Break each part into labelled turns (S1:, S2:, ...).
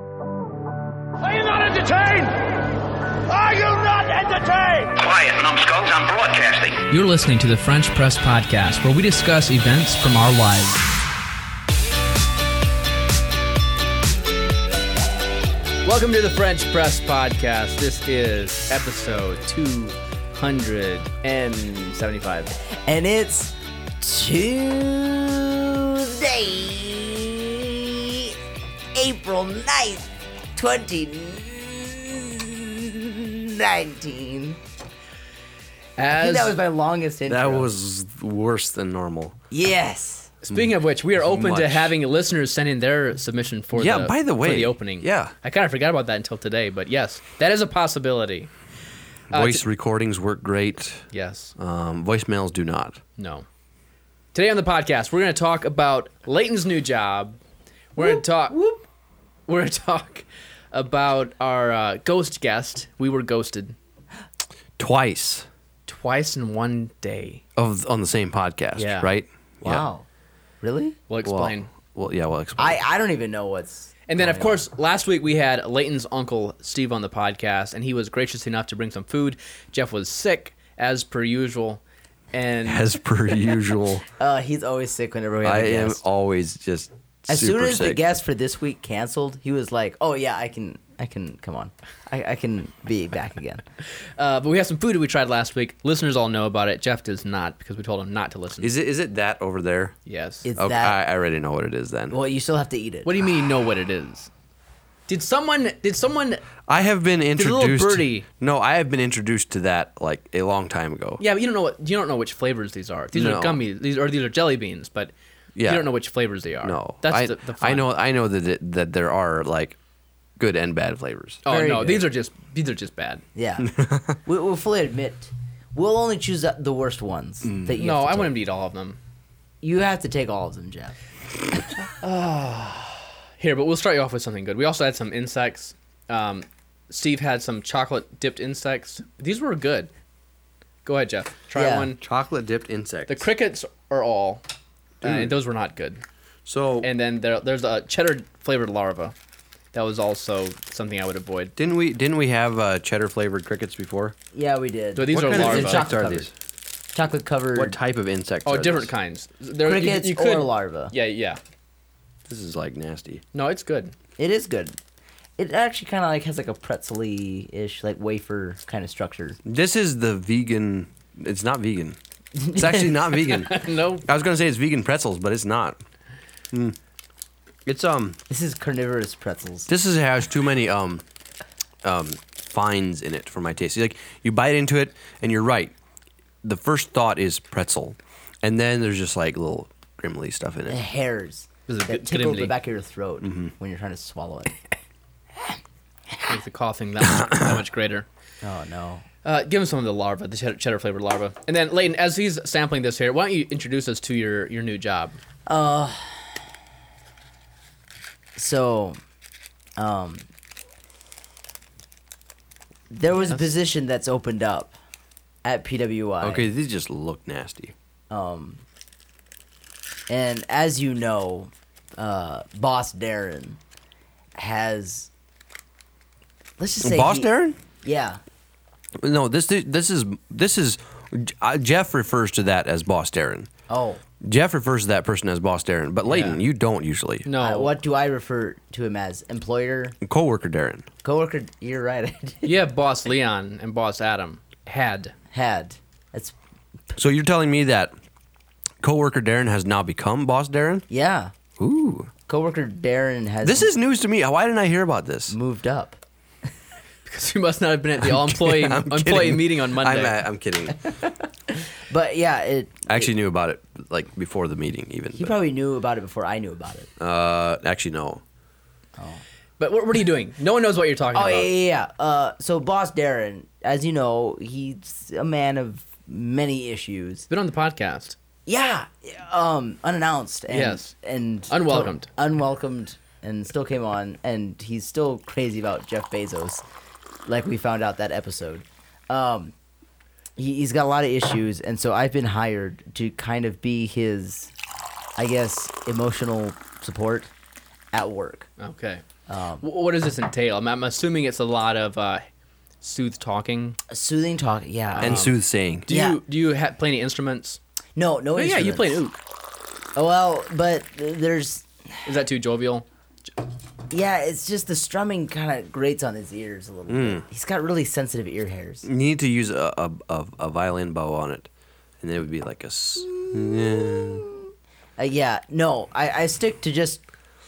S1: Are you not entertained? Are you not entertained?
S2: Quiet, numbskulls, I'm broadcasting.
S3: You're listening to the French Press Podcast, where we discuss events from our lives.
S4: Welcome to the French Press Podcast. This is episode 275.
S5: and it's Tuesday, April 9th, 2019. I
S4: As,
S5: think that was my longest intro.
S6: That was worse than normal.
S5: Yes.
S4: speaking of which, we are open to
S6: Much.
S4: having listeners send in their submission for
S6: Yeah,
S4: the
S6: by the
S4: for
S6: way,
S4: the opening.
S6: yeah.
S4: I kind of forgot about that until today, but yes, that is a possibility. Uh,
S6: Voice
S4: t-
S6: recordings work great.
S4: Yes.
S6: Um, voicemails do not.
S4: No. Today on the podcast, we're going to talk about Leighton's new job. We're going to talk. We're going to talk about our uh, ghost guest. We were ghosted
S6: Twice
S4: twice in one day.
S6: of on the same podcast.
S4: Yeah.
S6: Right. Yeah.
S5: Wow. Really?
S4: We'll
S6: Well,
S4: explain.
S6: Well, yeah, we'll explain.
S5: I, I don't even know what's.
S4: and then, of course, last week we had Leighton's uncle Steve on the podcast, and he was gracious enough to bring some food. Jeff was sick, as per usual, and
S6: As per usual,
S5: Uh, he's always sick whenever we have
S6: I
S5: a
S6: am
S5: guest.
S6: always just
S5: As
S6: super
S5: soon as the
S6: sick.
S5: guest for this week canceled, he was like, "Oh yeah, I can, I can, come on, I, I can be back again."
S4: uh, but we have some food that we tried last week. Listeners all know about it. Jeff does not because we told him not to listen.
S6: Is it is it that over there?
S4: yes.
S5: It's
S6: Okay,
S5: that.
S6: I, I already know what it is. Then
S5: well, you still have to eat it.
S4: What do you mean you know what it is? Did someone did someone
S6: I have been
S4: a little
S6: introduced.
S4: birdie.
S6: No, I have been introduced to that like a long time ago.
S4: Yeah, but you don't know what you don't know which flavors these are. These
S6: No.
S4: are gummies. These or these are jelly beans, but
S6: Yeah.
S4: you don't know which flavors they are.
S6: No,
S4: That's
S6: I,
S4: the, the fun.
S6: I know. I know that it, that there are like good and bad flavors.
S4: Oh
S5: Very
S4: no,
S5: good.
S4: these are just these are just bad.
S5: Yeah, we, we'll fully admit we'll only choose the- the worst ones that you.
S4: No,
S5: have to
S4: I
S5: take.
S4: want him to eat all of them.
S5: You have to take all of them, Jeff.
S4: Here, but we'll start you off with something good. We also had some insects. Um, Steve had some chocolate dipped insects. These were good. Go ahead, Jeff. Try
S5: Yeah.
S4: one.
S6: Chocolate dipped insects.
S4: The crickets are all, uh, and those were not good.
S6: So
S4: And then there, there's a cheddar flavored larva. That was also something I would avoid.
S6: didn't we didn't we have uh, cheddar flavored crickets before?
S5: Yeah, we did.
S4: So these are
S6: kind of
S4: larvae.
S5: It's
S6: insects
S5: chocolate
S6: are
S5: covered.
S6: these?
S5: Chocolate covered
S6: What type of insects?
S4: Oh,
S6: are
S4: different
S6: these?
S4: kinds. There, you-
S5: crickets
S4: you could-
S5: or larva.
S4: Yeah, yeah.
S6: This is like nasty.
S4: No, it's good.
S5: It is good. It actually kind of like has like a pretzely ish like wafer kind of structure.
S6: This is the vegan. It's not vegan. It's actually not vegan.
S4: No,
S6: I was gonna say it's vegan pretzels, but it's not. Mm. It's um.
S5: This is carnivorous pretzels.
S6: This is has too many um, um, fines in it for my taste. Like you bite into it, and you're right. The first thought is pretzel, and then there's just like little grimly stuff in
S5: The
S6: it.
S5: hairs
S4: This is
S5: that
S4: good-
S5: tickle the
S4: goodimity.
S5: back of your throat
S4: Mm-hmm.
S5: when you're trying to swallow it.
S4: make the coughing that much, that much greater.
S5: Oh no.
S4: Uh, give him some of the larva, the cheddar, cheddar flavored larva. And then, Leighton, as he's sampling this here, why don't you introduce us to your, your new job?
S5: So, um, there was a position that's opened up at PWI.
S6: Okay, these just look nasty.
S5: And as you know, uh, Boss Darren has. Let's just say.
S6: Boss
S5: he-
S6: Darren?
S5: Yeah.
S6: No, this this is this is uh, Jeff refers to that as Boss Darren.
S5: Oh.
S6: Jeff refers to that person as Boss Darren, but Layton,
S4: Yeah.
S6: you don't usually.
S4: No.
S5: Uh, what do I refer to him as? Employer?
S6: Coworker Darren.
S5: Coworker? You're right. I did.
S4: You have boss Leon and boss Adam. Had.
S5: Had. That's.
S6: So you're telling me that coworker Darren has now become Boss Darren?
S5: Yeah.
S6: Ooh.
S5: Coworker Darren has
S6: This is news to me. Why didn't I hear about this?
S5: moved up.
S4: Because you must not have been at the all employee,
S6: I'm
S4: employee
S6: kidding.
S4: meeting on Monday.
S6: I'm, uh, I'm kidding.
S5: But yeah, it.
S6: I actually knew about it like before the meeting even.
S5: He
S6: but,
S5: probably knew about it before I knew about it.
S6: uh, actually no.
S4: But what, what are you doing? No one knows what you're talking
S5: Oh
S4: about.
S5: yeah, yeah. yeah. Uh, so Boss Darren, as you know, he's a man of many issues.
S4: Been on the podcast.
S5: Yeah, um, unannounced and
S4: Yes.
S5: and
S4: Unwelcomed.
S5: to- unwelcomed, and still came on, and he's still crazy about Jeff Bezos, like we found out that episode. Um, he, he's got a lot of issues, and so I've been hired to kind of be his. I guess, emotional support at work.
S4: Okay.
S6: Um,
S4: Wh- what does this entail? I'm, I'm assuming it's a lot of uh, sooth talking.
S5: Soothing talk, yeah.
S6: and soothsaying.
S4: Do
S5: Yeah.
S4: you do you ha- play any instruments?
S5: no, no.
S4: Oh, yeah, you play
S5: instruments.
S4: ook.
S5: Oh, well, but there's
S4: Is that too jovial?
S5: yeah. It's just the strumming kind of grates on his ears a little
S6: Mm.
S5: bit. He's got really sensitive ear hairs.
S6: You need to use a, a, a, a violin bow on it, and it would be like a. s-
S5: Uh, yeah, no, I, I stick to just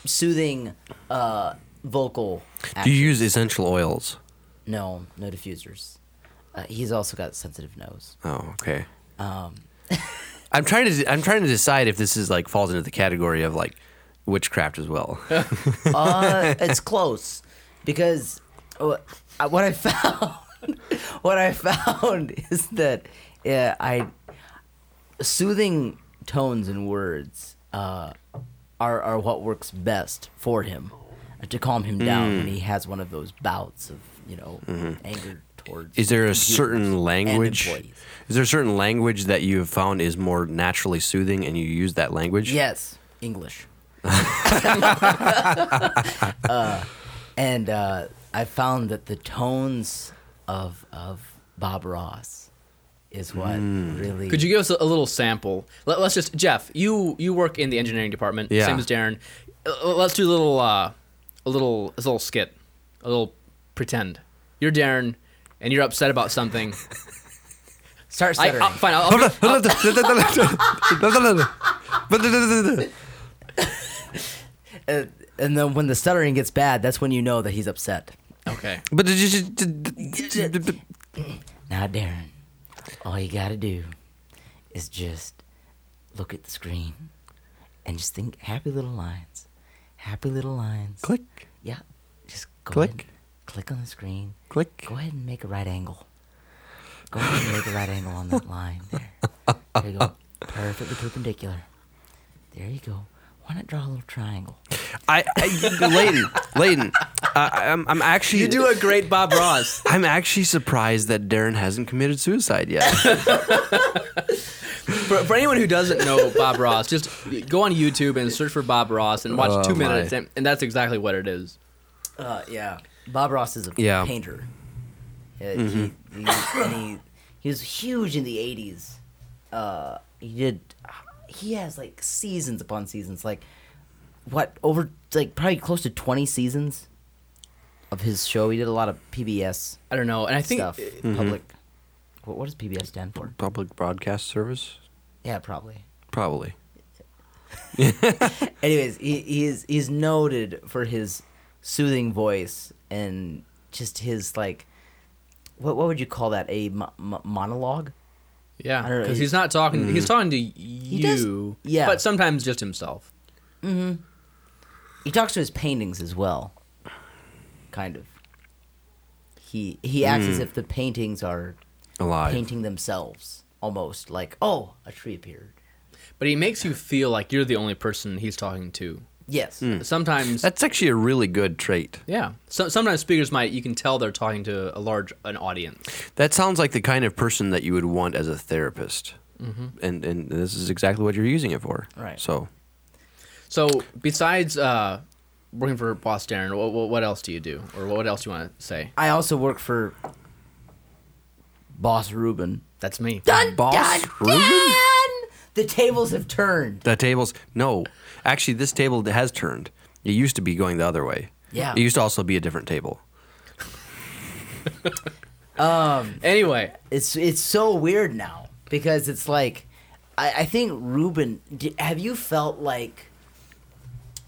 S5: soothing uh, vocal.
S6: Do you
S5: actions.
S6: use essential oils?
S5: No, no diffusers. Uh, he's also got a sensitive nose.
S6: Oh, okay. Um, I'm trying to I'm trying to decide if this is like falls into the category of like witchcraft as well.
S5: Uh, it's close because wh- I- what I found, what I found is that yeah, I soothing tones and words uh, are are what works best for him uh, to calm him down
S6: Mm.
S5: when he has one of those bouts of you know anger towards.
S6: Mm-hmm. Is there a
S5: computers
S6: certain
S5: and
S6: language?
S5: employees.
S6: Is there a certain language that you have found is more naturally soothing, and you use that language?
S5: Yes, English. uh, and uh, I found that the tones of of Bob Ross is what really.
S4: Could you give us a, a little sample? Let, us just Jeff, you you work in the engineering department,
S6: Yeah.
S4: same as Darren. Uh, let's do a little uh, a little a little skit, a little pretend. You're Darren, and you're upset about something.
S5: start
S4: I,
S5: stuttering?
S4: I'll, fine, I'll, I'll,
S5: Uh, and then when the stuttering gets bad, that's when you know that he's upset.
S4: okay.
S6: But did you- did- did-
S5: Now, Darren, all you gotta do is just look at the screen and just think happy little lines, happy little lines.
S6: click,
S5: Yeah. Just go
S6: Click.
S5: Ahead, click on the screen.
S6: click.
S5: Go ahead and make a right angle. Go ahead and make a right angle on that line there. There you go. Perfectly perpendicular. There you go. Why not draw a little triangle?
S6: I, I Layton, Layton, I, I'm, I'm actually.
S4: You do a great Bob Ross.
S6: I'm actually surprised that Darren hasn't committed suicide yet.
S4: For, for anyone who doesn't know Bob Ross, just go on YouTube and search for Bob Ross and watch
S6: Oh,
S4: two
S6: my.
S4: minutes, and, and that's exactly what it is.
S5: Uh, yeah. Bob Ross is a
S6: Yeah.
S5: painter. Uh,
S4: Mm-hmm.
S5: he, he, and he, he was huge in the 80s. Uh, he did. He has like seasons upon seasons. Like, what? Over, like, probably close to 20 seasons of his show. He did a lot of PBS
S4: I don't know, and I think mm-hmm.
S5: stuff. Public. What, what does PBS stand for?
S6: Public broadcast service,
S5: Yeah, probably.
S6: probably.
S5: Anyways, he, he's he's noted for his soothing voice and just his like, what what would you call that? A mo- mo- monologue?
S4: yeah,
S5: I don't know,
S4: because
S5: he-
S4: he's not talking.
S6: Mm.
S4: He's talking to you,
S5: does- yeah.
S4: but sometimes just himself.
S5: He talks to his paintings as well, kind of. He he acts as if the paintings are
S6: Alive.
S5: painting themselves, almost like oh, a tree appeared.
S4: But he makes you feel like you're the only person he's talking to.
S5: Yes.
S4: Hmm. Sometimes,
S6: That's actually a really good trait.
S4: yeah. So, sometimes speakers might you can tell they're talking to a large an audience.
S6: That sounds like the kind of person that you would want as a therapist. And and this is exactly what you're using it for.
S5: Mm-hmm. Right.
S6: So
S4: So besides uh, working for Boss Darren, what, what, what else do you do, or what else do you want to say?
S5: I also work for Boss Ruben.
S4: That's me.
S6: Boss Ruben?
S5: The tables have turned.
S6: The tables no. Actually this table has turned. It used to be going the other way.
S5: Yeah.
S6: It used to also be a different table.
S4: Anyway,
S5: It's it's so weird now because it's like, I, I think Ruben, d- have you felt like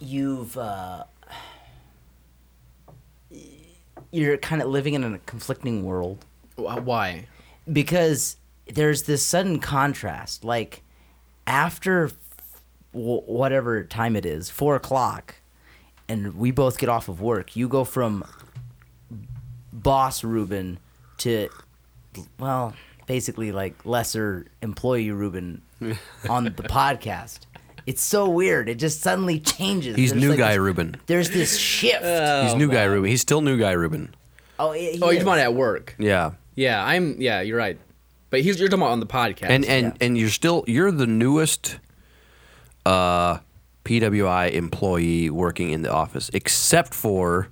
S5: you've uh, you're kind of living in a conflicting world?
S4: wh- why?
S5: because there's this sudden contrast. Like after w- whatever time it is, four o'clock, and we both get off of work. You go from boss Ruben to well, basically like lesser employee Ruben on the podcast. It's so weird. It just suddenly changes.
S6: He's new
S5: like
S6: guy
S5: this-
S6: Ruben.
S5: There's this shift.
S6: He's new guy Ruben. He's still new guy Ruben.
S5: oh, yeah, he
S4: Oh, you're
S5: is.
S4: talking about at work.
S6: Yeah.
S4: Yeah, I'm. Yeah, you're right. But he's, you're talking about on the podcast.
S6: And and and you're still you're the newest uh, PWI employee working in the office, except for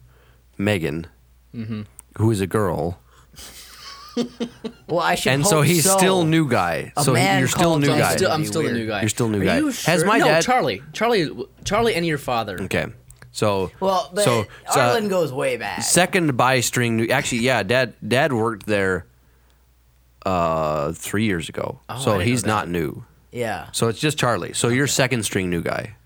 S6: Megan,
S5: Mm-hmm.
S6: who is a girl,
S5: Well, I should.
S6: and so
S5: hope
S6: he's still new guy.
S5: A
S6: so
S5: man
S6: you're still
S5: called
S6: new
S5: John
S6: guy.
S4: I'm still, I'm
S5: That'd be
S4: still the
S5: weird.
S4: new guy.
S6: You're still new
S4: Are
S6: guy.
S4: You
S6: Has
S4: sure?
S6: my
S4: no,
S6: dad-
S4: Charlie, Charlie, Charlie, and your father.
S6: Okay, so
S5: Well, but
S6: so, so
S5: Arlen goes way back.
S6: second by string. new- Actually, yeah, dad dad worked there uh three years ago, so
S4: Oh, didn't know
S6: he's
S4: that.
S6: not new.
S5: yeah.
S6: So it's just Charlie. So you're second string new guy.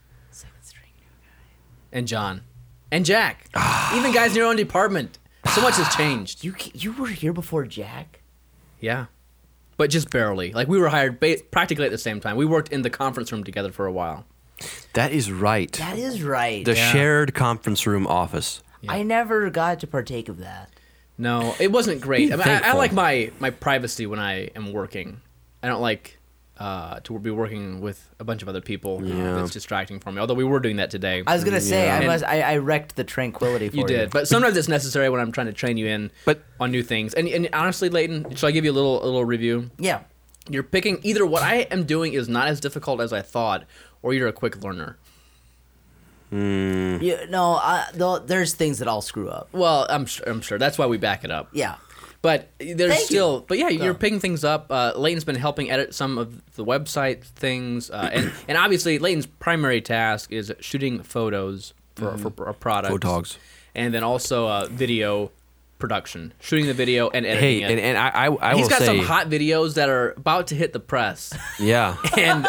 S4: and John, and Jack. Even guys in your own department. So much has changed.
S5: You ca- you were here before Jack.
S4: Yeah. But just barely. Like we were hired ba- practically at the same time. We worked in the conference room together for a while.
S6: That is right.
S5: That is right.
S6: the shared conference room office.
S5: I never got to partake of that.
S4: No, it wasn't great.
S6: Be
S4: I, mean, I, I
S6: thankful.
S4: like my, my privacy when I am working. I don't like uh, to be working with a bunch of other people.
S6: Yeah.
S4: It's distracting for me. Although we were doing that today.
S5: I was gonna say I
S4: And-
S5: must. I, I wrecked the tranquility for you.
S4: you did, but sometimes it's necessary when I'm trying to train you in
S6: But-
S4: on new things. And, and honestly, Leighton, shall I give you a little a little review?
S5: yeah.
S4: You're picking either what I am doing is not as difficult as I thought, or you're a quick learner.
S5: You, no. I, though, there's things that I'll screw up.
S4: Well, I'm sure, I'm sure that's why we back it up.
S5: Yeah.
S4: But there's
S5: Thank you.
S4: still, but yeah, you're
S5: Yeah.
S4: picking things up. Uh, Layton's been helping edit some of the website things, uh, and and obviously Layton's primary task is shooting photos for
S5: Mm-hmm.
S4: for our products,
S6: Photogs.
S4: and then also uh, video production, shooting the video and editing
S6: Hey,
S4: it.
S6: and, and I, I, I
S4: He's
S6: will
S4: got
S6: say,
S4: some hot videos that are about to hit the press,
S6: yeah.
S4: and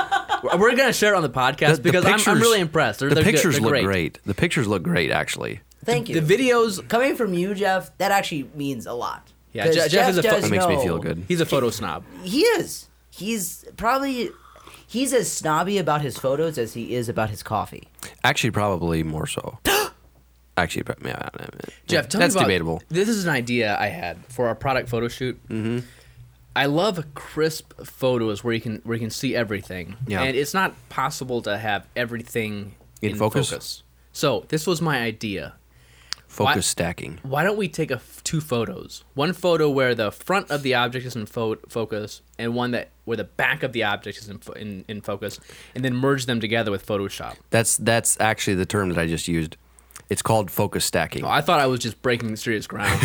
S4: we're gonna share it on the podcast
S6: The- the
S4: because I'm, I'm
S6: pictures-
S4: really impressed. They're,
S6: the
S4: they're good-
S6: pictures
S4: they're
S6: look great. The pictures look great, actually.
S5: Thank you.
S4: The videos,
S5: coming from you, Jeff. That actually means a lot.
S4: Yeah,
S5: 'Cause
S4: Je- Jeff is a fu-
S5: does
S6: That makes me
S5: know-
S6: feel good.
S4: he's a photo snob.
S5: He is. He's probably. He's as snobby about his photos as he is about his coffee.
S6: Actually, probably more so. actually, but- yeah, yeah, yeah.
S4: Jeff, tell
S6: that's
S4: me about,
S6: debatable.
S4: This is an idea I had for our product photo shoot. Mm-hmm. I love crisp photos where you can where you can see everything.
S6: Yeah.
S4: And it's not possible to have everything
S6: In focus?
S4: So this was my idea.
S6: Focus
S4: Why-
S6: stacking.
S4: Why don't we take a f two photos? One photo where the front of the object is in fo- focus, and one that where the back of the object is in, fo- in in focus, and then merge them together with Photoshop.
S6: That's that's actually the term that I just used. It's called focus stacking.
S4: I thought I was just breaking serious ground.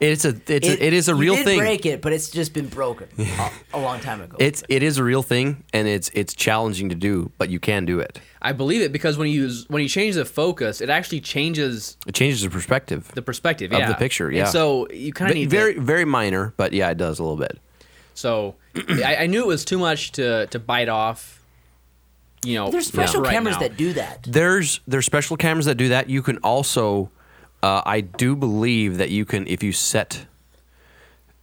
S6: It's a it's a, it is a
S5: you
S6: real
S5: did
S6: thing.
S5: Break it, but it's just been broken a, a long time ago.
S6: It's it is a real thing, and it's it's challenging to do, but you can do it.
S4: I believe it because when you use, when you change the focus, it actually changes
S6: It changes the perspective.
S4: the perspective
S6: Of
S4: yeah.
S6: the picture,
S4: And
S6: yeah.
S4: so you kind of
S6: Ve-
S4: need
S6: very
S4: very.
S6: very minor, but yeah, it does a little bit.
S4: So I, I knew it was too much to to bite off. You know,
S5: Oh, There's special
S4: right
S5: cameras
S4: now.
S5: that do that.
S6: there's there's special cameras that do that. You can also, uh, I do believe that you can if you set,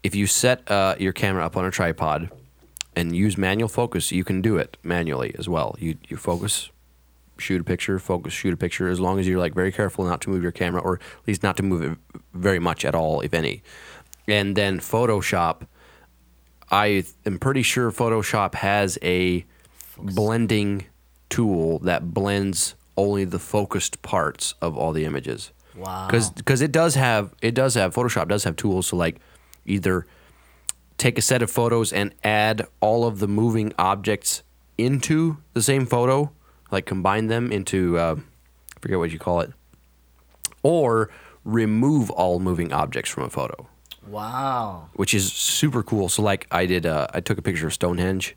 S6: if you set uh, your camera up on a tripod, and use manual focus, you can do it manually as well. You you focus, shoot a picture, focus, shoot a picture. As long as you're like very careful not to move your camera, or at least not to move it very much at all, if any. And then Photoshop, I am pretty sure Photoshop has a blending tool that blends only the focused parts of all the images.
S5: Wow.
S6: Because it does have it does have Photoshop does have tools to like either take a set of photos and add all of the moving objects into the same photo, like combine them into uh, I forget what you call it, or remove all moving objects from a photo
S5: Wow.
S6: which is super cool. So like I did, uh, I took a picture of Stonehenge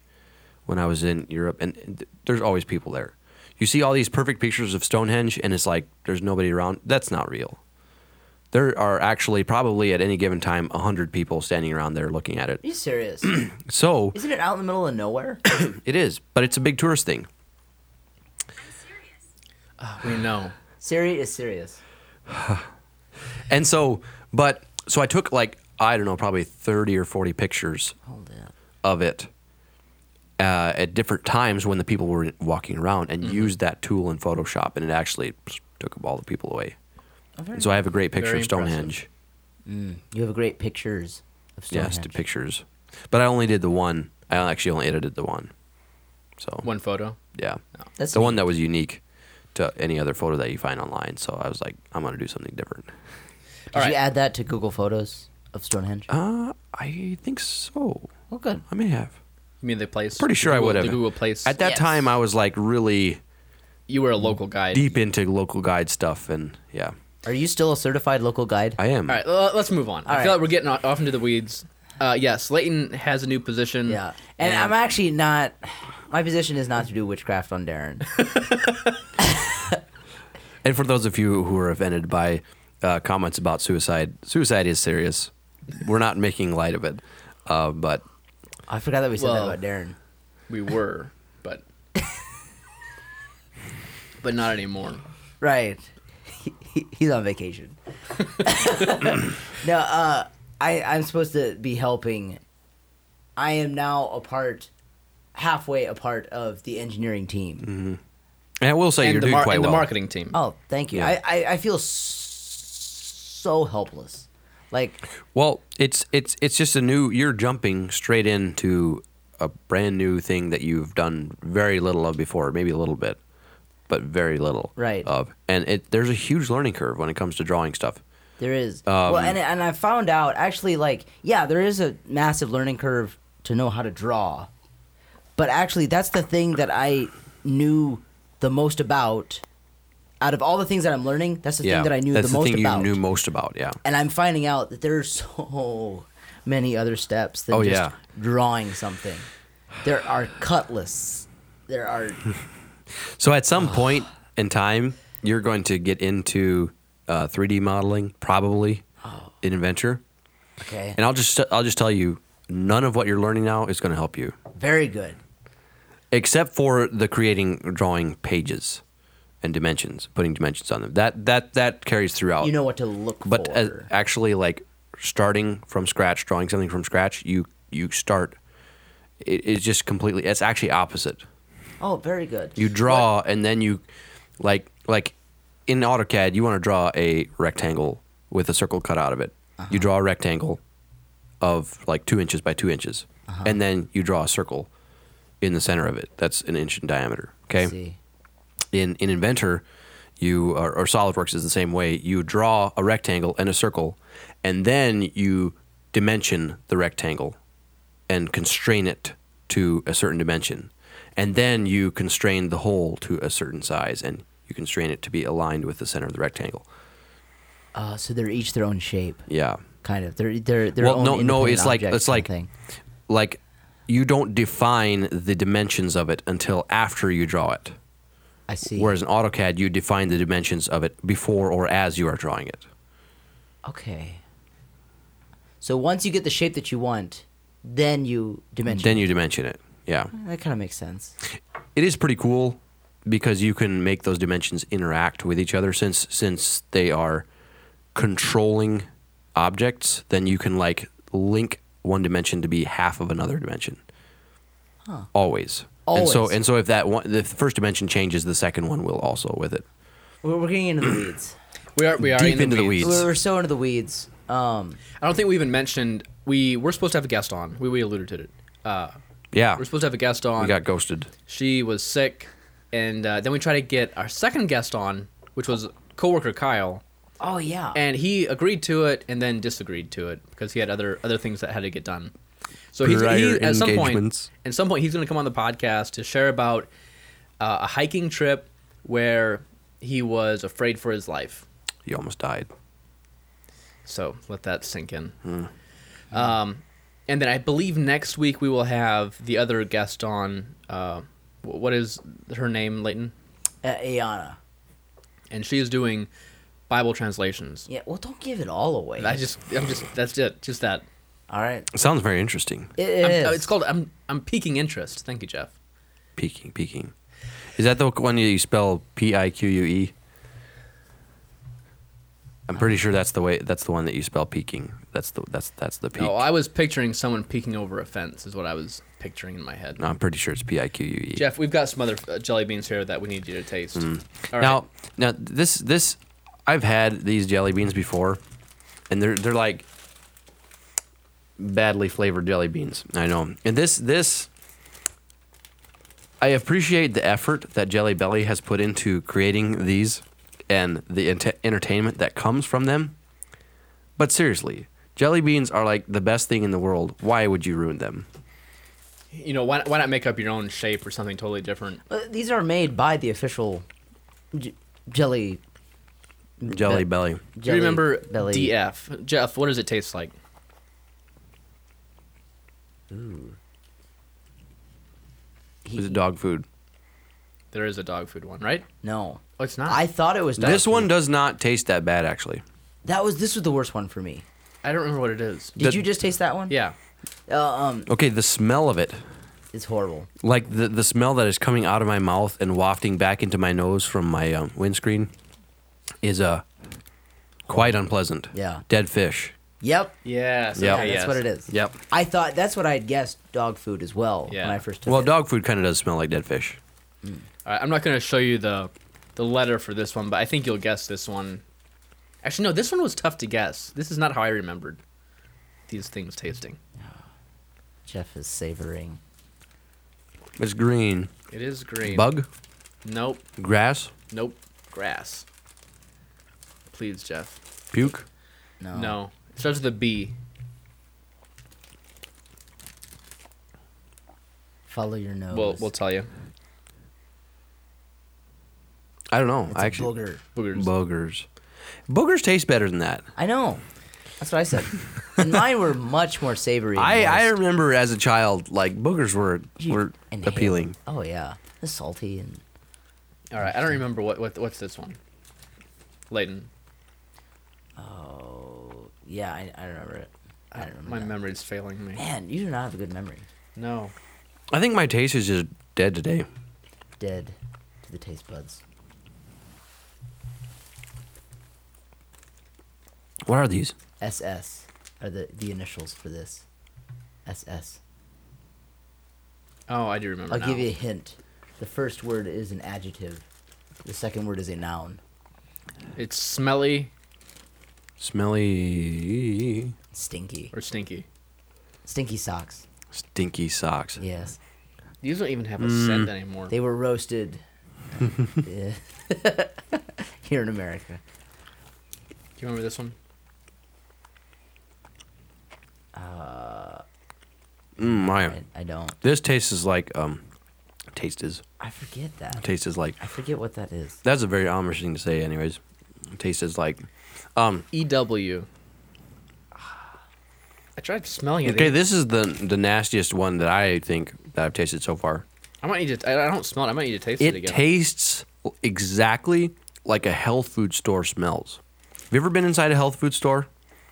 S6: when I was in Europe, and th- there's always people there. You see all these perfect pictures of Stonehenge, and it's like there's nobody around. That's not real. There are actually probably at any given time hundred people standing around there looking at
S5: Are
S6: it.
S5: you serious?
S6: So
S5: Isn't it out in the middle of nowhere?
S6: it is, but it's a big tourist thing.
S4: we know.
S5: Siri is serious.
S6: And so, but so I took like I don't know, probably thirty or forty pictures
S5: Hold it.
S6: of it uh, at different times when the people were walking around
S4: Mm-hmm.
S6: and used that tool in Photoshop, and it actually took all the people away. And so I have a great picture
S4: Very
S6: of Stonehenge.
S5: You have great pictures of
S6: Yes,
S5: Stonehenge.
S6: to pictures, but I only did the one. I actually only edited the one. So
S4: One Oh. photo.
S6: yeah,
S5: That's
S6: the one that was unique to any other photo that you find online. So I was like, I'm gonna do something different.
S5: Did you add that to Google Photos of Stonehenge?
S6: Uh, I think so.
S5: well, good.
S6: I may have.
S4: You mean the place?
S6: Pretty sure I
S4: Google-
S6: would have.
S4: The Google Place.
S6: At that
S5: Yes.
S6: time, I was like really
S4: you were a local guide.
S6: deep into local guide stuff, and yeah,
S5: Are you still a certified local guide?
S6: I am.
S4: All right, l- let's move on. I
S5: All
S4: feel
S5: right.
S4: like we're getting off off into the weeds. Uh, yes, Leighton has a new position.
S5: Yeah. And I'm actually not. My position is not to do witchcraft on Darren.
S6: And for those of you who are offended by uh, comments about suicide, suicide is serious. We're not making light of it, uh, but
S5: I forgot that we said
S4: Well,
S5: that about Darren.
S4: we were, but but not anymore.
S5: Right. He, he- he's on vacation. no, uh, I, I'm supposed to be helping. I am now a part, halfway a part of the engineering team.
S6: and I will say you're
S4: and the,
S6: doing
S4: mar-
S6: quite
S4: and the
S6: well.
S4: marketing team.
S5: Oh, thank you.
S6: Yeah.
S5: I, I, I feel s- so helpless. Like,
S6: Well, it's it's it's just a new. You're jumping straight into a brand new thing that you've done very little of before, maybe a little bit, but very little
S5: Right.
S6: of. And it there's a huge learning curve when it comes to drawing stuff.
S5: There is.
S6: Um,
S5: well, and and I found out actually, like, yeah, there is a massive learning curve to know how to draw, but actually, that's the thing that I knew the most about. Out of all the things that I'm learning, that's the
S6: yeah,
S5: thing that I knew
S6: that's
S5: the, most
S6: thing
S5: about.
S6: you knew most about. Yeah,
S5: and I'm finding out that there's so many other steps than
S6: Oh,
S5: just
S6: yeah.
S5: drawing something. There are cut lists. There are
S6: So at some point in time, you're going to get into uh, 3D modeling, probably
S5: Oh.
S6: in Adventure.
S5: okay,
S6: And I'll just I'll just tell you, none of what you're learning now is going to help you,
S5: very good.
S6: except for the creating, drawing pages, and dimensions, putting dimensions on them. That that that carries throughout.
S5: You know what to look
S6: but uh,
S5: for.
S6: as, actually, like starting from scratch, drawing something from scratch, you you start. It, it's just completely. It's actually opposite.
S5: oh, very good.
S6: You draw and then you like like in AutoCAD you want to draw a rectangle with a circle cut out of it. You draw a rectangle of like two inches by two inches, and then you draw a circle in the center of it. That's an inch in diameter. Okay
S5: See.
S6: in in Inventor, you or, or SolidWorks is the same way. You draw a rectangle and a circle, and then you dimension the rectangle and constrain it to a certain dimension, and then you constrain the hole to a certain size, and you constrain it to be aligned with the center of the rectangle.
S5: Uh, so they're each their own shape.
S6: Yeah.
S5: kind of. They're they're their
S6: well,
S5: own
S6: no, no,
S5: independent
S6: it's like
S5: objects
S6: it's
S5: kind
S6: like
S5: of thing.
S6: like you don't define the dimensions of it until after you draw it.
S5: I see.
S6: Whereas in AutoCAD, you define the dimensions of it before or as you are drawing it.
S5: okay. So once you get the shape that you want, then you dimension.
S6: Then you dimension it. Yeah.
S5: that kind of makes sense.
S6: It is pretty cool because you can make those dimensions interact with each other since since they are controlling objects, then you can like link one dimension to be half of another dimension. Always. And so
S5: Always.
S6: and so if that one if the first dimension changes, the second one will also with it.
S5: We're, we're getting into the weeds.
S4: We are we are
S6: Deep
S4: in the
S6: into the
S4: weeds.
S6: weeds.
S5: we're, we're so into the weeds. Um,
S4: I don't think we even mentioned we were supposed to have a guest on. We we alluded to it. Uh,
S6: Yeah.
S4: we're supposed to have a guest on.
S6: Ah. we got ghosted.
S4: she was sick, and uh, then we tried to get our second guest on, which was coworker Kyle,
S5: oh yeah.
S4: and he agreed to it and then disagreed to it because he had other other things that had to get done. So he's
S6: Prior
S4: he, at some point,
S6: engagements.
S4: at some point, he's going to come on the podcast to share about uh, a hiking trip where he was afraid for his life.
S6: You almost died.
S4: So let that sink in. Um, and then I believe next week we will have the other guest on. Uh, wh- what is her name, Leighton?
S5: uh, Ayana.
S4: And she is doing Bible translations.
S5: Yeah. Well, don't give it all away.
S4: I just, I'm just, that's it, just that.
S5: all right.
S6: It sounds very interesting.
S5: It is.
S4: I'm- uh, It's called. I'm, I'm piquing interest. Thank you, Jeff.
S6: Peeking, peeking. Is that the one you spell P I Q U E? I'm pretty sure that's the way. That's the one that you spell peeking. That's the that's that's the peak.
S4: No,
S6: No,
S4: Oh, I was picturing someone peeking over a fence. Is what I was picturing in my head.
S6: I'm pretty sure it's P I Q U E.
S4: Jeff, we've got some other uh, jelly beans here that we need you to taste.
S5: Hmm.
S4: All right.
S6: Now, now this this I've had these jelly beans before, and they're they're like badly flavored jelly beans. I know. And this this I appreciate the effort that Jelly Belly has put into creating these and the ent- entertainment that comes from them. But seriously, jelly beans are like the best thing in the world. Why would you ruin them?
S4: you know, why, why not make up your own shape or something totally different?
S5: Uh, These are made by the official j- jelly.
S6: Jelly belly.
S4: Do you
S5: jelly
S4: remember
S5: belly.
S4: DF? Jeff, what does it taste like?
S5: He-
S6: Is it dog food?
S4: There is a dog food one, right?
S5: No,
S4: Oh, it's not.
S5: I thought it was dog
S6: this one
S5: food.
S6: does not taste that bad, actually.
S5: That was this was the worst one for me.
S4: I don't remember what it is.
S5: Did
S6: The-
S5: you just taste that one?
S4: Yeah.
S5: Uh, um,
S6: Okay, the smell of it,
S5: it's horrible.
S6: like the the smell that is coming out of my mouth and wafting back into my nose from my um, windscreen, is uh, quite unpleasant.
S5: Yeah.
S6: Dead fish.
S5: Yep.
S4: Yes.
S6: Yeah.
S4: okay,
S5: that's
S4: yes.
S5: what it is.
S6: Yep.
S5: I thought that's what I had guessed dog food as well
S4: Yeah.
S5: when I first took
S6: Well,
S5: it.
S6: dog food kind of does smell like dead fish.
S4: All right, I'm not going to show you the the letter for this one, but I think you'll guess this one. Actually, no, this one was tough to guess. This is not how I remembered these things tasting.
S5: Jeff is savoring.
S6: It's green.
S4: It is green.
S6: Bug,
S4: Nope.
S6: grass,
S4: Nope. Grass. Please, Jeff.
S6: puke.
S5: No.
S4: No. It starts with a B.
S5: Follow your nose.
S4: We'll we'll tell you.
S6: I don't know.
S5: it's
S6: I
S5: a
S6: actually
S5: booger.
S4: Boogers.
S6: boogers. Boogers taste better than that.
S5: I know. That's what I said. and mine were much more savory. and
S6: I, I
S5: moist.
S6: remember as a child, like boogers were
S5: You
S6: were
S5: inhale.
S6: appealing.
S5: Oh yeah, the salty and
S4: All right. I don't remember what, what what's this one. Layton.
S5: oh yeah, I, I remember it. I don't remember.
S4: My
S5: that.
S4: memory's failing me.
S5: Man, you do not have a good memory.
S4: No.
S6: I think my taste is just dead today.
S5: Dead to the taste buds.
S6: What are these?
S5: SS are the the initials for this. SS.
S4: Oh, I do remember.
S5: I'll
S4: now.
S5: give you a hint. The first word is an adjective. The second word is a noun.
S4: It's smelly
S6: Smelly,
S5: Stinky.
S4: or stinky.
S5: Stinky socks.
S6: stinky socks.
S5: Yes.
S4: These don't even have a scent anymore.
S5: Mm. They were roasted Yeah. here in America.
S4: Do you remember this one?
S6: Mm, I,
S5: I, I don't.
S6: this taste is like um, taste is
S5: I forget that.
S6: taste is like
S5: I forget what that is.
S6: that's a very Amish thing to say, anyways. Taste is like, um.
S4: EW. E I tried smelling it.
S6: Okay, this is the the nastiest one that I think that I've tasted so far.
S4: I might need to. I I don't smell it. I might need to taste it,
S6: It
S4: again.
S6: tastes exactly like a health food store smells. Have you ever been inside a health food store?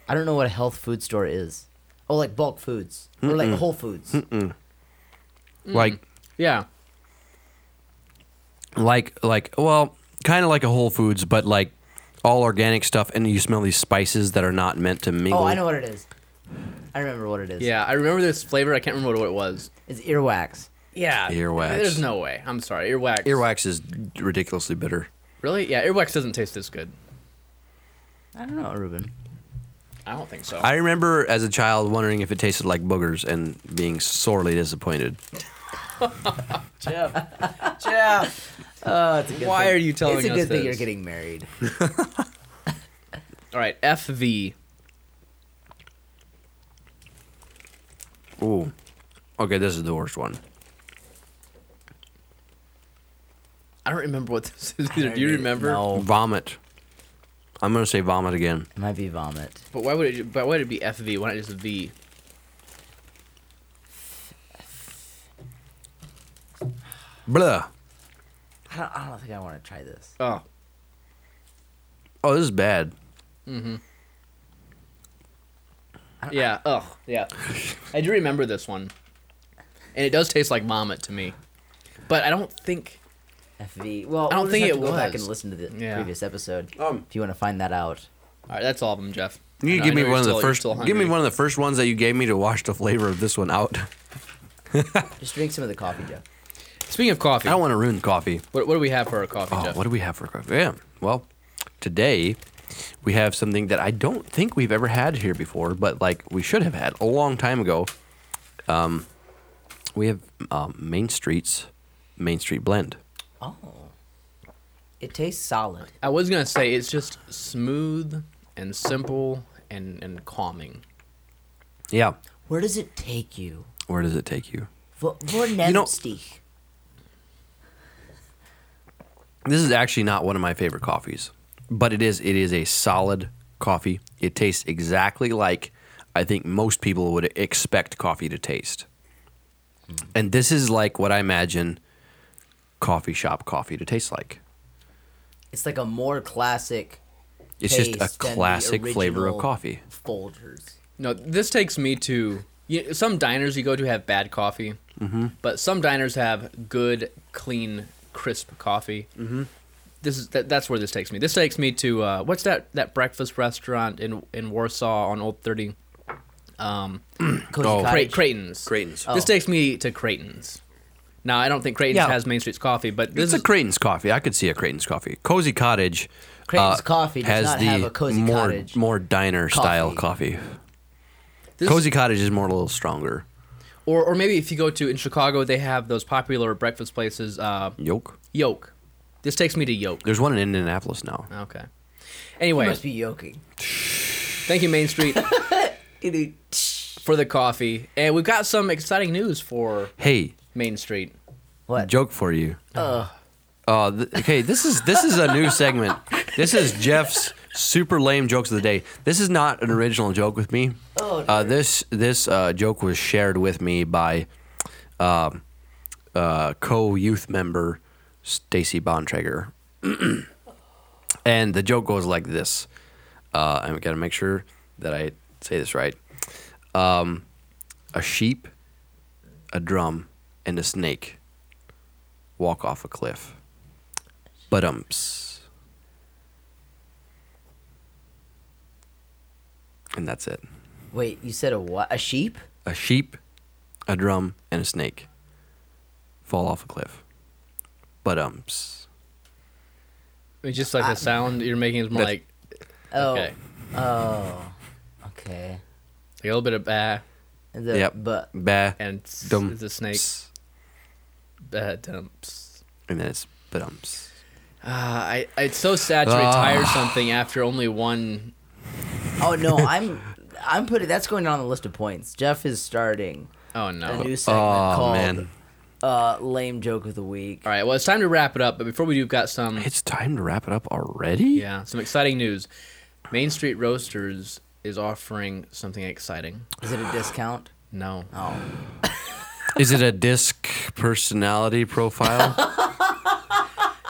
S5: I don't know what a health food store is. Oh, like bulk foods or like Whole Foods. Mm.
S6: Like
S4: yeah.
S6: like like well, kind of like a Whole Foods, but like all organic stuff, and you smell these spices that are not meant to mingle.
S5: Oh, I know what it is. I remember what it is.
S4: Yeah. I remember this flavor. I can't remember what it was.
S5: It's earwax.
S4: Yeah.
S6: Earwax.
S4: There's no way. I'm sorry. Earwax.
S6: Earwax is ridiculously bitter.
S4: Really? Yeah. Earwax doesn't taste this good.
S5: I don't know, Ruben.
S4: I don't think so.
S6: I remember as a child wondering if it tasted like boogers and being sorely disappointed.
S4: Jeff.
S5: Oh, it's a good
S4: Why
S5: thing.
S4: are you telling
S5: It's a
S4: us
S5: good thing you're
S4: this?
S5: getting married.
S4: All right. FV.
S6: Ooh. Okay, this is the worst one.
S4: I don't remember what this is either. Do you
S5: really-
S4: remember?
S5: No.
S6: Vomit. I'm gonna say vomit again.
S5: It might be vomit.
S4: But why would it? But why would it be FV? Why not just V?
S6: Blah.
S5: I don't, I don't think I want to try this.
S4: Oh.
S6: Oh, this is bad.
S4: Yeah. Oh. Yeah. I do remember this one, and it does taste like vomit to me, but I don't think.
S5: FV. Well,
S4: I don't
S5: we'll just
S4: think
S5: have
S4: it
S5: to go back
S4: was.
S5: and listen to the
S4: Yeah.
S5: previous episode
S6: Um,
S5: if you want to find that out.
S4: All right, that's all of them, Jeff. I
S6: You
S4: know-
S6: give
S4: I
S6: me
S4: know you're
S6: one of the
S4: still- you're
S6: first.
S4: still
S6: Give me
S4: hungry.
S6: one of the first ones that you gave me to wash the flavor of this one out.
S5: Just drink some of the coffee, Jeff.
S4: Speaking of coffee,
S6: I don't want to ruin coffee.
S4: what, what do we have for our coffee,
S6: Oh,
S4: Jeff?
S6: what do we have for coffee? Yeah. Well, today we have something that I don't think we've ever had here before, but like we should have had a long time ago. Um, we have um, Main Street's Main Street Blend.
S5: Oh. It tastes solid.
S4: I was gonna say it's just smooth and simple and and calming.
S6: Yeah.
S5: Where does it take you?
S6: Where does it take you?
S5: Vornemstich.
S6: This is actually not one of my favorite coffees, but it is it is a solid coffee. It tastes exactly like I think most people would expect coffee to taste.
S4: Hmm.
S6: And this is like what I imagine coffee shop coffee to taste like.
S5: It's like a more classic.
S6: It's just a
S5: taste than the
S6: classic flavor of
S5: original
S6: coffee.
S5: Folgers.
S4: No, this takes me to you, some diners you go to have bad coffee, mm-hmm. but some diners have good, clean, crisp coffee. Mm-hmm. This is that, that's where this takes me. This takes me to uh, what's that that breakfast restaurant in in Warsaw on Old Thirty? Um,
S5: Cozy
S6: Oh.
S4: Cray-
S5: Cottage.
S4: Creighton's.
S6: Creighton's.
S4: This takes me to Creighton's. Now I don't think Creighton's
S6: Yeah.
S4: has Main Street's coffee, but this
S6: It's
S4: is
S6: a Creighton's coffee. I could see a Creighton's coffee. Cozy Cottage. uh,
S5: Creighton's coffee does not have a Cozy
S6: more,
S5: Cottage
S6: More diner style coffee.
S4: this-
S6: Cozy Cottage is more a little stronger.
S4: or or maybe if you go to in Chicago, they have those popular breakfast places. Uh,
S6: Yoke.
S4: Yolk. This takes me to Yolk.
S6: There's one in Indianapolis now.
S5: Oh.
S4: Okay.
S5: You
S4: Anyway,
S5: must be yoking.
S4: thank you, Main Street, for the coffee. And we've got some exciting news for
S6: Hey,
S4: Main Street.
S5: What?
S6: joke for you. Uh, th- okay, this is this is a new segment. This is Jeff's super lame jokes of the day. This is not an original joke with me. Oh, uh, this this uh, joke was shared with me by um uh, co youth member Stacy Bontrager, and the joke goes like this. Uh, I'm gonna make sure that I say this right. Um, a sheep, a drum, and a snake walk off a cliff. But umps. And that's it.
S5: Wait, you said a what? A sheep?
S6: A sheep, a drum, and a snake fall off a cliff. But umps.
S4: It's just
S6: Ah.
S4: like the sound you're making is more
S6: That's-
S4: like,
S5: Oh,
S4: okay,
S5: okay.
S4: like a little bit of bah
S5: The,
S6: yep.
S5: But
S6: Bah.
S4: and s-
S6: dum,
S4: the snake
S6: ps.
S4: bah dumps.
S6: And then it's but umps.
S4: Uh,
S6: Ah,
S4: I I- it's so sad to retire something after only one.
S5: oh no, I'm I'm putting that's going on the list of points. Jeff is starting
S4: Oh
S5: a
S4: no.
S5: new segment
S6: Oh,
S5: called
S6: man.
S5: Uh, "Lame Joke of the Week."
S4: All right, well it's time to wrap it up. But before we do, we've got some
S6: It's time to wrap it up already?
S4: yeah some exciting news. Main Street Roasters is offering something exciting.
S5: Is it a discount?
S4: No.
S5: Ah.
S6: Is it a disc personality profile?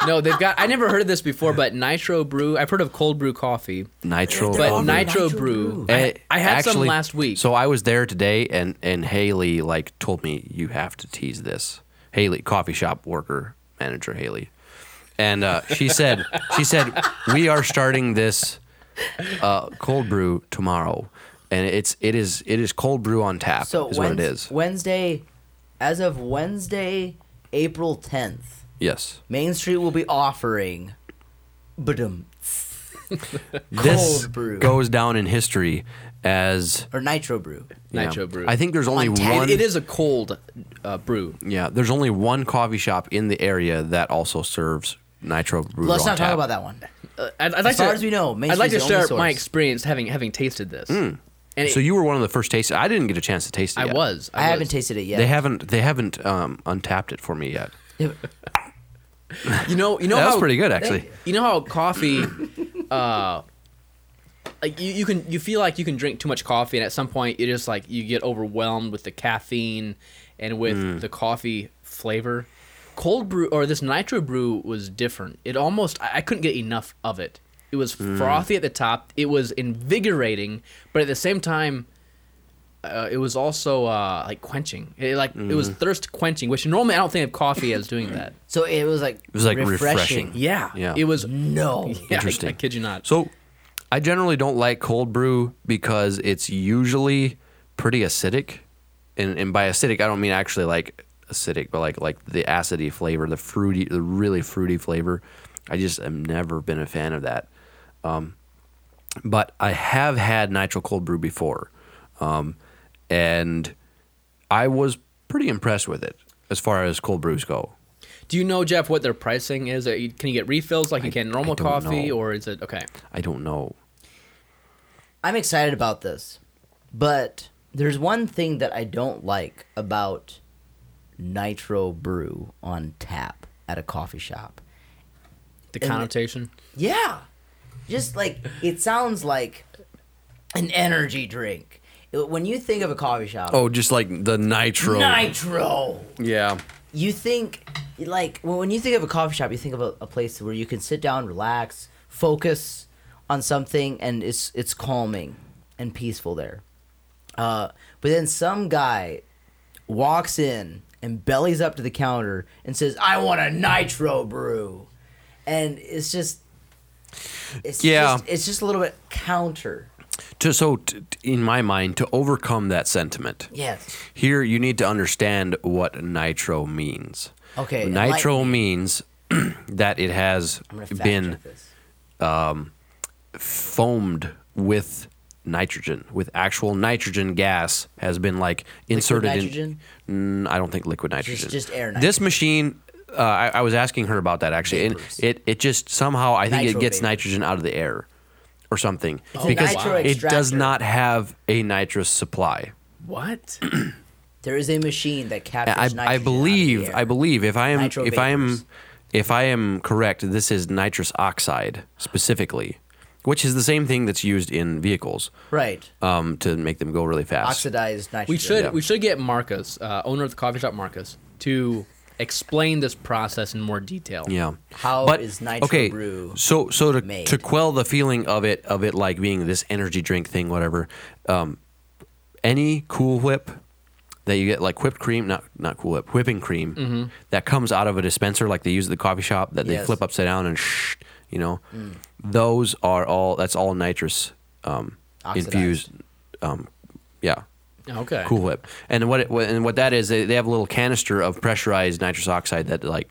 S4: No, they've got. I never heard of this before, but Nitro Brew. I've heard of cold brew coffee,
S6: Nitro.
S4: but
S6: coffee?
S4: Nitro,
S5: Nitro
S4: Brew.
S5: Brew.
S4: I,
S6: Eh,
S4: I had some
S6: actually,
S4: last week.
S6: So I was there today, and and Haley like told me you have to tease this. Haley, coffee shop worker manager Haley, and uh, she said she said we are starting this uh, cold brew tomorrow, and it's it is it is cold brew on tap
S5: So
S6: is
S5: Wednes-
S6: what it is.
S5: Wednesday, as of Wednesday, April 10th,
S6: Yes,
S5: Main Street will be offering. Badum,
S6: this
S5: Cold brew.
S6: goes down in history as
S5: or Nitro Brew.
S6: yeah.
S4: Nitro Brew.
S6: I think there's only
S5: On tap.
S6: one.
S4: it, it is a cold uh, brew.
S6: Yeah, there's only one coffee shop in the area that also serves nitro brew.
S5: Let's
S6: on
S5: not talk
S6: tap.
S5: about that one.
S4: Uh, I'd, I'd like
S5: far
S4: to,
S5: as we know, Main
S4: I'd like to
S5: Street's the
S4: share
S5: only
S4: my
S5: source. Mm,
S4: experience having having tasted this. And
S6: So
S4: it-
S6: you were one of the first tastes. I didn't get a chance to taste it.
S4: I
S6: yet.
S4: was.
S5: I,
S4: was.
S5: haven't tasted it yet.
S6: They haven't. They haven't um, untapped it for me yet.
S4: You know. You know
S6: That was
S4: how-
S6: pretty good, actually.
S4: You know how coffee, uh, like you, you can you feel like you can drink too much coffee, and at some point you just like you get overwhelmed with the caffeine and with
S6: Mm.
S4: the coffee flavor. Cold brew or this nitro brew was different. It almost I, I couldn't get enough of it. It was
S6: Mm.
S4: frothy at the top. It was invigorating, but at the same time. Uh, it was also uh, like quenching. It, like it
S6: Mm.
S4: was thirst quenching, which normally I don't think of coffee as doing that.
S5: so it was like it
S6: was, like, refreshing.
S4: Yeah.
S6: Yeah.
S4: It was
S5: No,
S4: Yeah, I-
S6: Interesting.
S4: I, kid you not.
S6: So I generally don't like cold brew because it's usually pretty acidic, and and by acidic I don't mean actually like acidic, but like like the acidy flavor, the fruity, the really fruity flavor. I just am never been a fan of that. Um, but I have had nitro cold brew before, um, and I was pretty impressed with it as far as cold brews go.
S4: Do you know, Jeff, what their pricing is? Are you- Can you get refills like you can normal
S6: don't
S4: coffee,
S6: know.
S4: or is it okay?
S6: I don't know.
S5: I'm excited about this, but there's one thing that I don't like about nitro brew on tap at a coffee shop.
S4: The
S5: And-
S4: connotation.
S5: Yeah. Just like it sounds like an energy drink. It- When you think of a coffee shop,
S6: Oh, just like the nitro.
S5: nitro.
S6: Yeah.
S5: You think like well, when you think of a coffee shop, you think of a, a place where you can sit down, relax, focus on something and it's it's calming and peaceful there. Uh, but then some guy walks in and bellies up to the counter and says, "I want a nitro brew," and it's just, it's
S6: Yeah.
S5: just, it's just a little bit counter.
S6: To, so, t- t- in my mind, to overcome that sentiment,
S5: Yes.
S6: here you need to understand what nitro means.
S5: Okay,
S6: Nitro
S5: enlighten
S6: means that it has
S5: I'm gonna fact
S6: been
S5: check this.
S6: foamed with nitrogen, with actual nitrogen gas has been like inserted
S5: nitrogen?
S6: in. Mm, I don't think liquid nitrogen.
S5: just air
S6: This
S5: nitrogen.
S6: machine, uh, I, I was asking her about that actually, and
S5: Vapors.
S6: it it just somehow I think
S5: Nitro
S6: it gets
S5: vapor.
S6: nitrogen out of the air or something
S5: a
S6: because
S5: nitro
S6: it does
S5: extractor.
S6: not have a nitrous supply.
S4: What?
S5: There is a machine that captures.
S6: I,
S5: nitrogen out
S6: I
S5: of the
S6: believe
S5: air.
S6: I believe if I am
S5: Nitro
S6: if I
S5: vapors.
S6: am if I am correct, this is nitrous oxide specifically, which is the same thing that's used in vehicles
S5: Right.
S6: um, to make them go really fast.
S5: Oxidized nitrogen.
S4: We should
S6: Yeah.
S4: we should get Marcus, uh, owner of the coffee shop Marcus, to explain this process in more detail.
S6: Yeah.
S5: How
S6: but,
S5: is nitro
S6: okay,
S5: brew
S6: So so to,
S5: made?
S6: to quell the feeling of it of it like being this energy drink thing, whatever. Um, any Cool Whip that you get like whipped cream, not not Cool Whip, whipping cream that comes out of a dispenser like they use at the coffee shop that they
S5: Yes. Mm.
S6: flip upside down and shh, you know, those are all that's all nitrous um, infused. Um, yeah.
S4: Okay.
S6: Cool Whip. And what it, what- and what that is, they, they have a little canister of pressurized nitrous oxide that like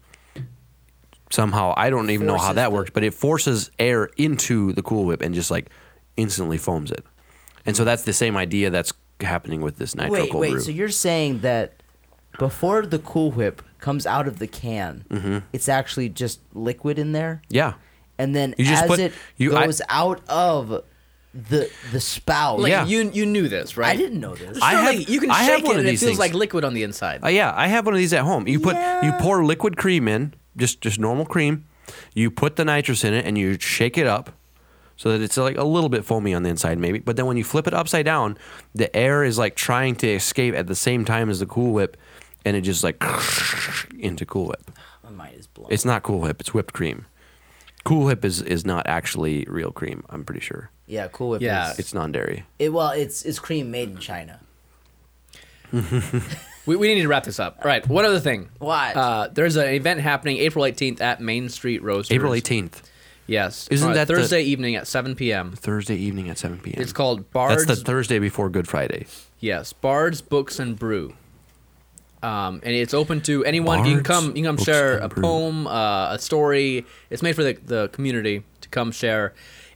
S6: somehow I don't even know how
S5: Forces
S6: that
S5: the-
S6: works, but it forces air into the Cool Whip and just like instantly foams it. And so that's the same idea that's happening with this nitro
S5: Wait,
S6: cold
S5: wait.
S6: brew.
S5: So you're saying that before the Cool Whip comes out of the can, it's actually just liquid in there,
S6: Mm-hmm. yeah.
S5: and then
S6: You just
S5: as
S6: put-
S5: it
S6: you- I-
S5: goes out of the the spout.
S4: Like,
S6: Yeah.
S4: You you knew this, right?
S5: I didn't know this.
S6: I
S4: I
S6: have-
S4: you can
S6: I
S4: shake
S6: have one
S4: it
S6: of
S4: and it
S6: these
S4: feels
S6: things.
S4: like liquid on the inside.
S6: Uh, yeah, I have one of these at home. You put you
S5: Yeah.
S6: pour liquid cream in, just just normal cream. You put the nitrous in it and you shake it up so that it's like a little bit foamy on the inside maybe. But then when you flip it upside down, the air is like trying to escape at the same time as the Cool Whip and it just like into Cool Whip.
S5: My mind is blown.
S6: It's not Cool Whip, it's whipped cream. Cool Whip is is not actually real cream, I'm pretty sure.
S5: yeah, Cool Whip.
S4: Yeah.
S5: is,
S6: It's non-dairy.
S5: it, well, it's it's cream made in China.
S4: We, we need to wrap this up. All right. One other thing.
S5: What?
S4: Uh, there's an event happening April 18th at Main Street Roasters.
S6: April 18th,
S4: Yes.
S6: Isn't
S4: Uh,
S6: that the-
S4: Thursday evening at 7 p.m.
S6: Thursday evening at 7 p.m.
S4: It's called
S6: That's
S4: Bard's.
S6: the Thursday before Good Friday.
S4: yes, Bard's Books and Brew. Um, and it's open to anyone. you can
S6: Bard's
S4: come. You can come
S6: Books
S4: share
S6: and
S4: a
S6: Brew.
S4: poem, uh, a story. It's made for the, the community to come share,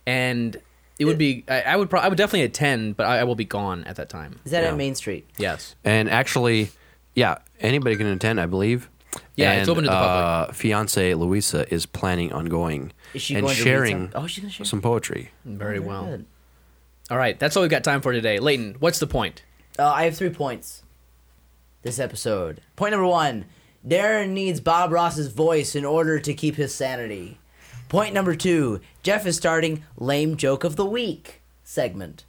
S4: and it would be. I, I would. Pro- I would definitely attend, but I, I will be gone at that time.
S5: Is that
S6: Yeah.
S5: at Main Street?
S4: Yes.
S6: And actually, yeah, anybody can attend, I believe.
S4: Yeah, it's
S6: And,
S4: open to the public.
S6: Uh, fiance Luisa is planning on going
S5: Is she
S6: and
S5: going to read
S6: sharing
S5: some- oh, she's gonna share?
S6: some poetry.
S4: Very well.
S5: Good.
S4: All right, that's all we've got time for today. Leighton, what's the point?
S5: Uh, I have three points this episode. Point number one Darren needs Bob Ross's voice in order to keep his sanity. Point number two Jeff is starting Lame Joke of the Week segment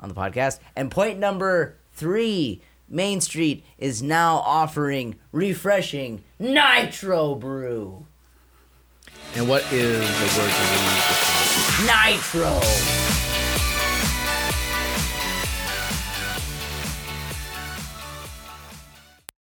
S5: on the podcast. And point number three Main Street is now offering refreshing Nitro Brew.
S4: And what is the word?
S5: Nitro!